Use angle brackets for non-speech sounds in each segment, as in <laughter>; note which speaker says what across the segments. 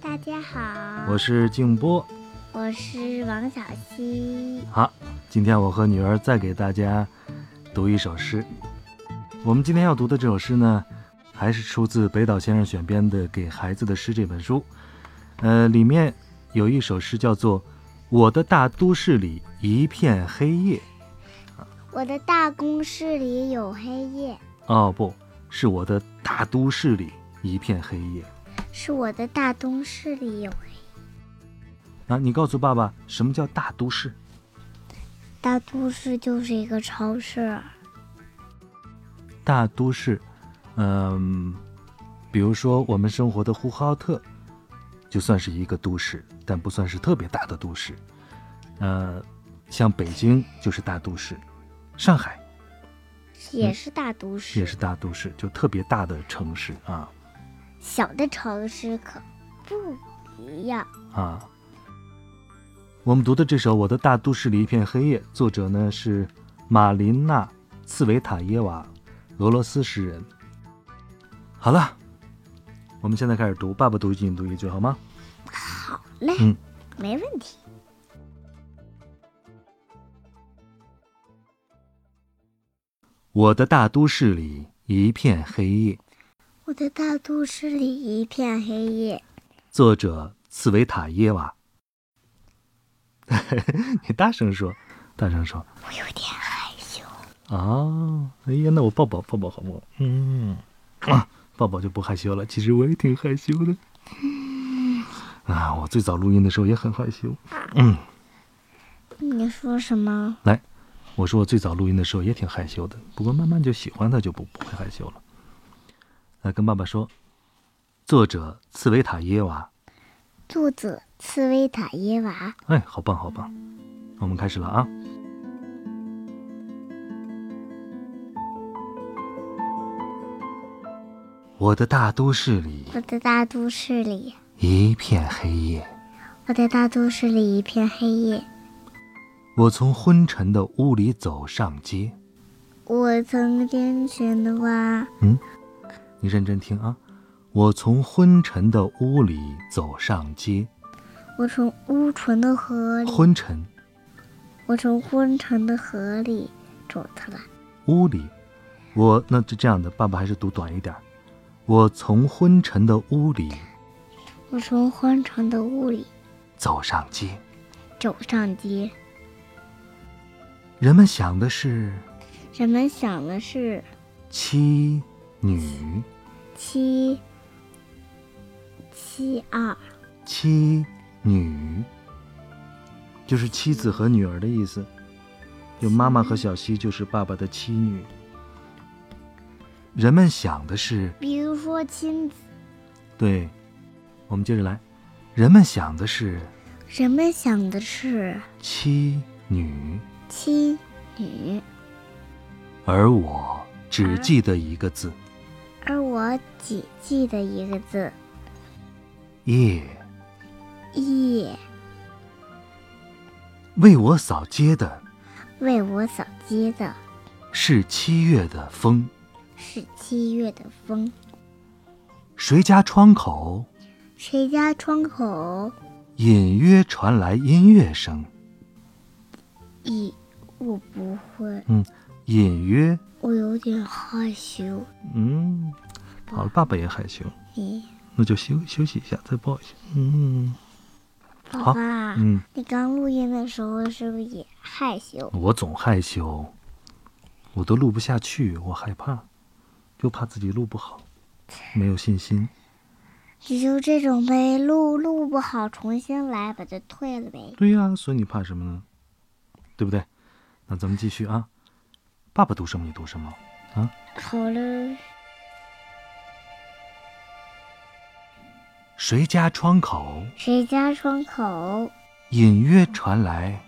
Speaker 1: 大家好，
Speaker 2: 我是静波。
Speaker 1: 我是王小溪。
Speaker 2: 好，今天我和女儿再给大家读一首诗。我们今天要读的这首诗呢，还是出自北岛先生选编的《给孩子的诗》这本书。呃，里面有一首诗叫做《我的大都市里一片黑夜》。
Speaker 1: 我的大公室里有黑夜，
Speaker 2: 哦，不是我的大都市里一片黑夜
Speaker 1: 是我的大东室里有黑。
Speaker 2: 啊！你告诉爸爸什么叫大都市？
Speaker 1: 大都市就是一个超市，
Speaker 2: 大都市，嗯、比如说我们生活的呼和浩特，就算是一个都市，但不算是特别大的都市。呃，像北京就是大都市，上海
Speaker 1: 也是大都市，
Speaker 2: 嗯也是大都市，就特别大的城市啊
Speaker 1: 小的城市可不一样。
Speaker 2: 啊。我们读的这首《我的大都市里一片黑夜》，作者呢是马琳娜·茨维塔耶娃，俄罗斯诗人。好了，我们现在开始读，爸爸读一句，你读一句，好吗？
Speaker 1: 好嘞，
Speaker 2: 嗯
Speaker 1: 没问题。
Speaker 2: 我的大都市里一片黑夜，
Speaker 1: 我的大都市里一片黑夜，
Speaker 2: 作者茨维塔耶
Speaker 1: <laughs>
Speaker 2: 娃。你大声说，大声说
Speaker 1: 我有点害羞。
Speaker 2: 啊！哎呀，那我抱抱抱抱好不好？嗯，啊，抱抱就不害羞了。其实我也挺害羞的。啊，我最早录音的时候也很害羞。嗯，
Speaker 1: 你说什么？
Speaker 2: 来，我说我最早录音的时候也挺害羞的，不过慢慢就喜欢它，就不不会害羞了。来跟爸爸说，作者茨维塔耶娃。
Speaker 1: 作者茨维塔耶娃。
Speaker 2: 哎，好棒，好棒！我们开始了啊。我的大都市里
Speaker 1: 我的大都市里，
Speaker 2: 一片黑夜，
Speaker 1: 我的大都市里一片黑夜。
Speaker 2: 我从昏沉的屋里走上街。
Speaker 1: 我曾经选的花，
Speaker 2: 你认真听啊！我从昏沉的屋里走上街，
Speaker 1: 我从乌纯的河里，
Speaker 2: 昏沉
Speaker 1: 我从昏沉的河里走出来。
Speaker 2: 屋里，我那就这样的，爸爸还是读短一点儿。我从昏沉的屋里
Speaker 1: 我从昏沉的屋里
Speaker 2: 走上街，
Speaker 1: 走上街。
Speaker 2: 人们想的是
Speaker 1: 人们想的是
Speaker 2: 妻女
Speaker 1: 七七二，
Speaker 2: 妻女，就是妻子和女儿的意思。就妈妈和小西就是爸爸的妻女。人们想的是，
Speaker 1: 比如说亲子，
Speaker 2: 对，我们接着来。人们想的是
Speaker 1: 人们想的是
Speaker 2: 妻女，
Speaker 1: 妻女，
Speaker 2: 而我只记得一个字：
Speaker 1: 而我只记得一个字
Speaker 2: 夜。
Speaker 1: 夜，
Speaker 2: 为我扫街的
Speaker 1: 为我扫街的
Speaker 2: 是七月的风，
Speaker 1: 是七月的风，
Speaker 2: 谁家窗口
Speaker 1: 谁家窗口
Speaker 2: 隐约传来音乐声。
Speaker 1: 一，我不会，
Speaker 2: 嗯，隐约
Speaker 1: 我有点害羞。
Speaker 2: 嗯，好了，爸爸也害羞，
Speaker 1: 你，
Speaker 2: 那就休休息一下，再抱一下。嗯好
Speaker 1: 爸爸，
Speaker 2: 嗯，
Speaker 1: 你刚录音的时候是不是也害羞？
Speaker 2: 我总害羞，我都录不下去，我害怕，就怕自己录不好，没有信心。
Speaker 1: 你就这种呗，录录不好，重新来，把它退了呗。
Speaker 2: 对呀、所以你怕什么呢？对不对？那咱们继续啊。爸爸读什么，你读什么。
Speaker 1: 好了，
Speaker 2: 谁家窗口
Speaker 1: 谁家窗口
Speaker 2: 隐约传来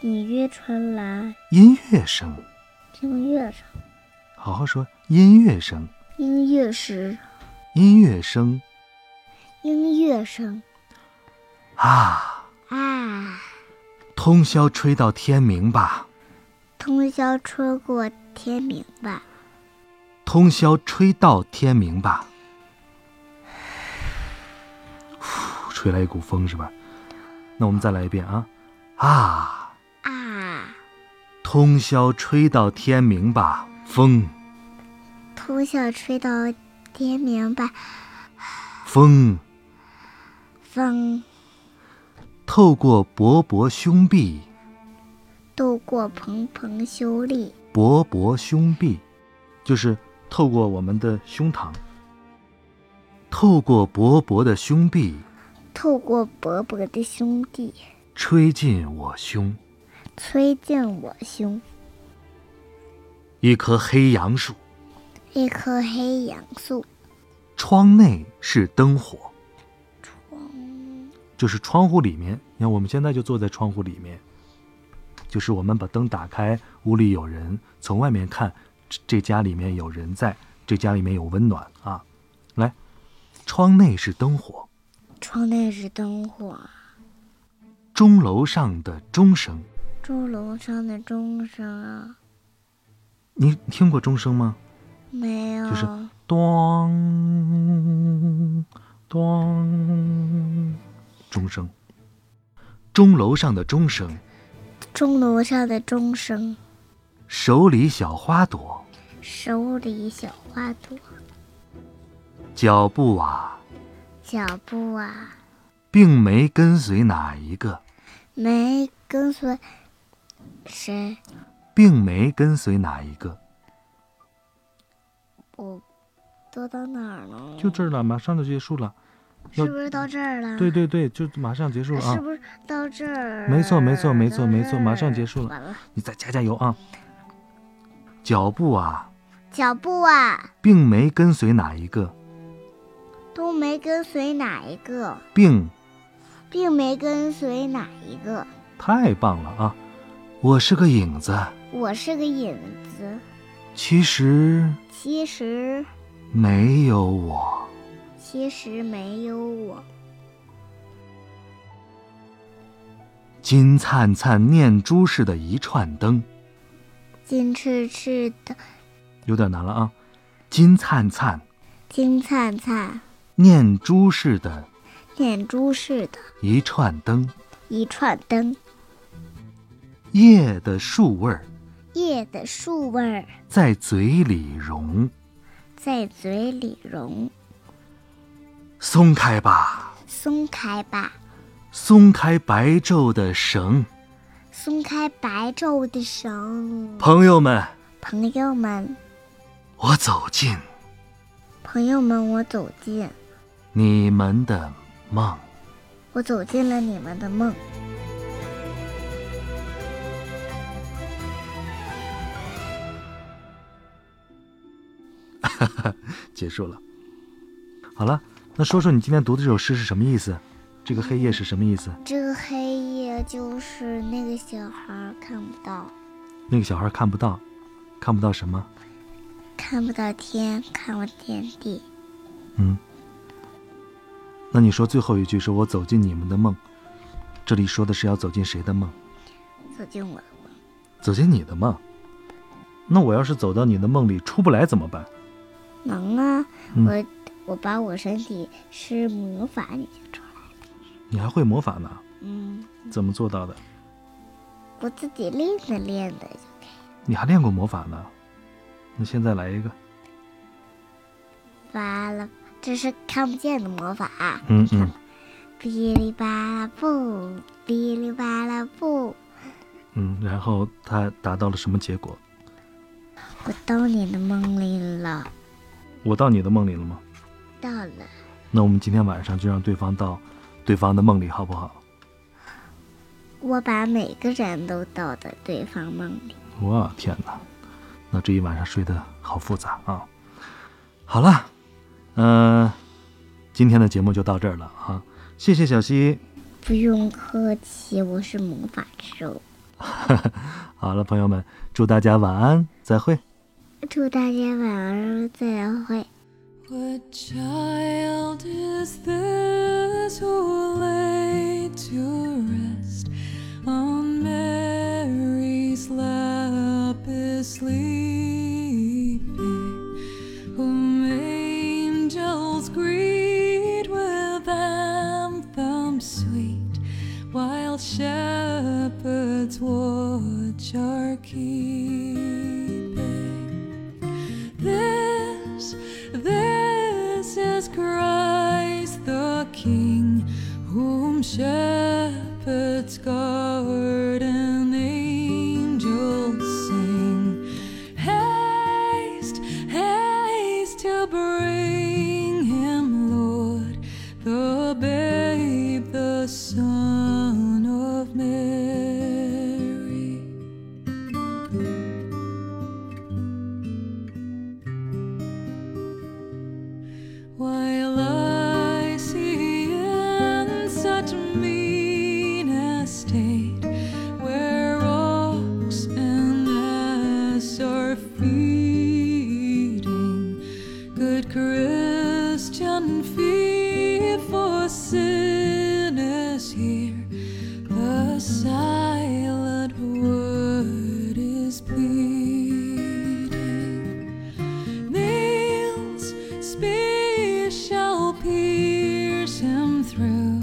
Speaker 1: 隐约传来
Speaker 2: 音乐声？
Speaker 1: 听乐声，
Speaker 2: 好好说，音乐声，
Speaker 1: 音乐时
Speaker 2: 音乐声
Speaker 1: 音乐声
Speaker 2: 啊！
Speaker 1: 啊，
Speaker 2: 通宵吹到天明吧，
Speaker 1: 通宵吹过天明吧，
Speaker 2: 通宵吹到天明吧。呼吹来一股风是吧？那我们再来一遍啊！啊，
Speaker 1: 啊，
Speaker 2: 通宵吹到天明吧，风
Speaker 1: 通宵吹到天明吧，
Speaker 2: 风
Speaker 1: 风
Speaker 2: 透过薄薄胸壁，
Speaker 1: 渡过蓬蓬修丽，
Speaker 2: 薄薄胸壁，就是透过我们的胸膛，透过薄薄的胸壁，
Speaker 1: 透过薄薄的兄弟，
Speaker 2: 吹进我胸。
Speaker 1: 吹进我胸。
Speaker 2: 一棵黑杨树，
Speaker 1: 一棵黑杨树，
Speaker 2: 窗内是灯火，
Speaker 1: 嗯，
Speaker 2: 就是窗户里面。你看，我们现在就坐在窗户里面，就是我们把灯打开，屋里有人，从外面看，这这家里面有人在，这家里面有温暖啊。来，窗内是灯火，
Speaker 1: 窗内是灯火，
Speaker 2: 钟楼上的钟声，
Speaker 1: 钟楼上的钟声啊，
Speaker 2: 你听过钟声吗？
Speaker 1: 没有，
Speaker 2: 就是咚咚，钟声，钟楼上的钟声，
Speaker 1: 钟楼上的钟声，
Speaker 2: 手里小花朵，
Speaker 1: 手里小花朵，
Speaker 2: 脚步啊，
Speaker 1: 脚步啊，
Speaker 2: 并没跟随哪一个，
Speaker 1: 没跟随谁，
Speaker 2: 并没跟随哪一个，
Speaker 1: 我都到哪儿了？
Speaker 2: 就这儿了，马上就结束了。
Speaker 1: 是不是到这儿了？
Speaker 2: 对对对，就马上结束了啊！
Speaker 1: 嗯是不是到这儿？
Speaker 2: 没错没错没错没错马上结束了
Speaker 1: 完了，
Speaker 2: 你再加加油啊！脚步啊，
Speaker 1: 脚步啊，
Speaker 2: 并没跟随哪一个，
Speaker 1: 都没跟随哪一个，
Speaker 2: 并
Speaker 1: 并没跟随哪一个。
Speaker 2: 太棒了啊！我是个影子，
Speaker 1: 我是个影子，
Speaker 2: 其实
Speaker 1: 其实
Speaker 2: 没有我。
Speaker 1: 其实没有我。
Speaker 2: 金灿灿念珠似的一串灯，
Speaker 1: 金翅翅的
Speaker 2: 有点难了啊！金灿灿
Speaker 1: 金灿灿，
Speaker 2: 念珠似的
Speaker 1: 念珠似的
Speaker 2: 一串灯，
Speaker 1: 一串灯，
Speaker 2: 夜的树味儿
Speaker 1: 夜的树味儿
Speaker 2: 在嘴里融。
Speaker 1: 在嘴里融。
Speaker 2: 松开吧，
Speaker 1: 松开吧，
Speaker 2: 松开白昼的绳，
Speaker 1: 松开白昼的绳。
Speaker 2: 朋友们，
Speaker 1: 朋友们，
Speaker 2: 我走进
Speaker 1: 朋友们，我走进，
Speaker 2: 你们的梦。
Speaker 1: 我走进了你们的梦。
Speaker 2: 结束了。好了，那说说你今天读的这首诗是什么意思？这个黑夜是什么意思？
Speaker 1: 这个黑夜就是那个小孩儿看不到，
Speaker 2: 那个小孩看不到，看不到什么？
Speaker 1: 看不到天，看不见地。
Speaker 2: 嗯。那你说最后一句说“我走进你们的梦”，这里说的是要走进谁的梦？
Speaker 1: 走进我的梦，
Speaker 2: 走进你的梦。那我要是走到你的梦里出不来怎么办？
Speaker 1: 能啊！
Speaker 2: 嗯
Speaker 1: 我我把我身体施魔法，你就出来。
Speaker 2: 你还会魔法呢？
Speaker 1: 嗯，
Speaker 2: 怎么做到的？
Speaker 1: 我自己练的练的就可以。
Speaker 2: 你还练过魔法呢？那现在来一个。
Speaker 1: 巴拉，这是看不见的魔法。啊
Speaker 2: 嗯嗯
Speaker 1: 哔哩吧啦布，哔哩吧啦布，
Speaker 2: 嗯，然后他达到了什么结果？
Speaker 1: 我到你的梦里了，
Speaker 2: 我到你的梦里了吗？
Speaker 1: 到了。
Speaker 2: 那我们今天晚上就让对方到对方的梦里，好不好？
Speaker 1: 我把每个人都倒在对方梦里。
Speaker 2: 我天哪，那这一晚上睡得好复杂啊！好了，嗯、今天的节目就到这儿了啊！谢谢小溪。
Speaker 1: 不用客气，我是魔法兽。
Speaker 2: 好了，朋友们，祝大家晚安，再会。
Speaker 1: 祝大家晚安，再会。
Speaker 3: What child is this who lay to rest on Mary's lap is sleeping, whom angels greet with anthem sweet, while shepherds watch are keeping? This, this. This is Christ the King, whom shepherds guard and angels sing. Haste, haste to bring him, Lord, the babe, the Son of Mary. While I see in such mean estate where rocks and ass are feeding, good Christian feed for sinners here. The silent word is pleading. Nails, spear shall pierce him through.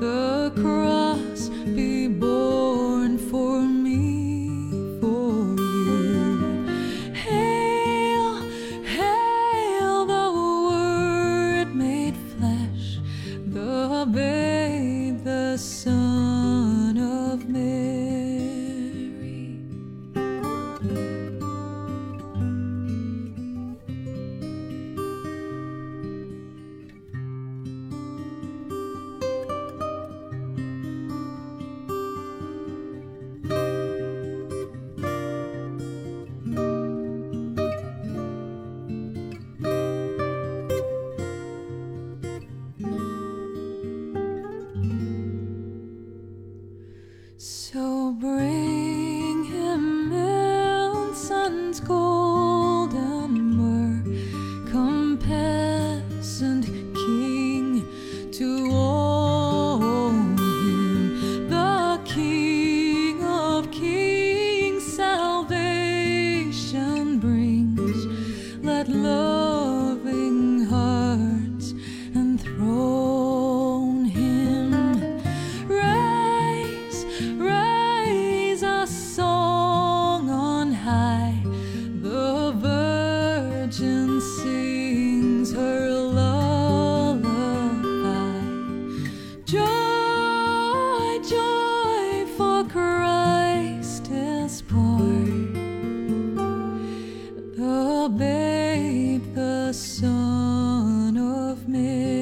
Speaker 3: The cross be born for me, for you. Hail, hail the Word made flesh, the babe, the Son of Mary. So bring him incense, gold, and myrrh, compassant king to all him, the King of kings, salvation brings. Let loving hearts enthrone him. Rise, raise a song on high. The Virgin sings her lullaby. Joy, joy, for Christ is born. The babe, the Son of Mary.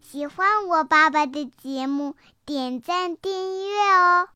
Speaker 1: 喜欢我爸爸的节目，点赞订阅哦。